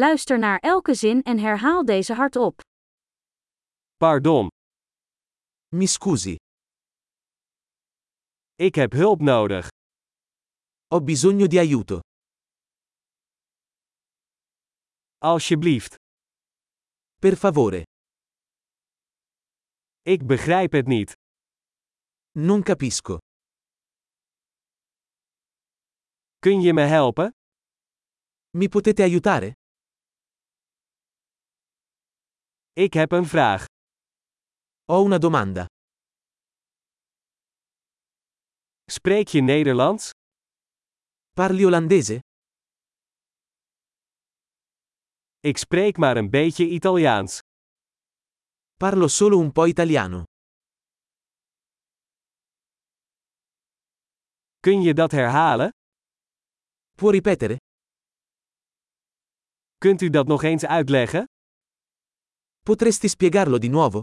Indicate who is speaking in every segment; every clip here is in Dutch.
Speaker 1: Luister naar elke zin en herhaal deze hardop.
Speaker 2: Pardon,
Speaker 3: Mi scusi,
Speaker 2: ik heb hulp nodig.
Speaker 3: ho bisogno di aiuto.
Speaker 2: Alsjeblieft,
Speaker 3: Per favore,
Speaker 2: ik begrijp het niet.
Speaker 3: non capisco.
Speaker 2: Kun je me helpen?
Speaker 3: Mi potete aiutare?
Speaker 2: Ik heb een vraag.
Speaker 3: Ho una domanda.
Speaker 2: Spreek je Nederlands?
Speaker 3: Parli olandese?
Speaker 2: Ik spreek maar een beetje Italiaans.
Speaker 3: Parlo solo un po' italiano.
Speaker 2: Kun je dat herhalen?
Speaker 3: Può ripetere?
Speaker 2: Kunt u dat nog eens uitleggen?
Speaker 3: Potresti spiegarlo di nuovo?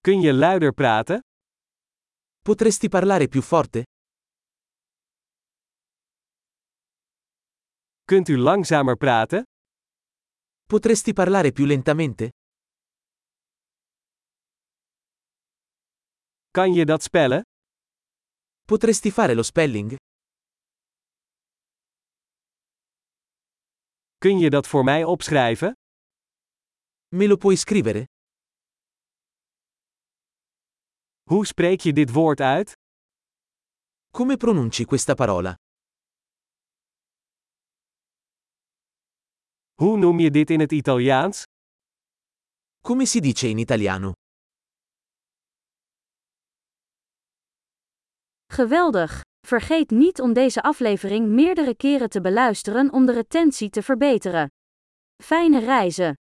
Speaker 2: Kun je luider praten?
Speaker 3: Potresti parlare più forte?
Speaker 2: Kunt u langzamer praten?
Speaker 3: Potresti parlare più lentamente?
Speaker 2: Kan je dat spellen?
Speaker 3: Potresti fare lo spelling?
Speaker 2: Kun je dat voor mij opschrijven?
Speaker 3: Me lo puoi scrivere?
Speaker 2: Hoe spreek je dit woord uit?
Speaker 3: Come pronunci questa parola?
Speaker 2: Hoe noem je dit in het Italiaans?
Speaker 3: Come si dice in italiano?
Speaker 1: Geweldig! Vergeet niet om deze aflevering meerdere keren te beluisteren om de retentie te verbeteren. Fijne reizen!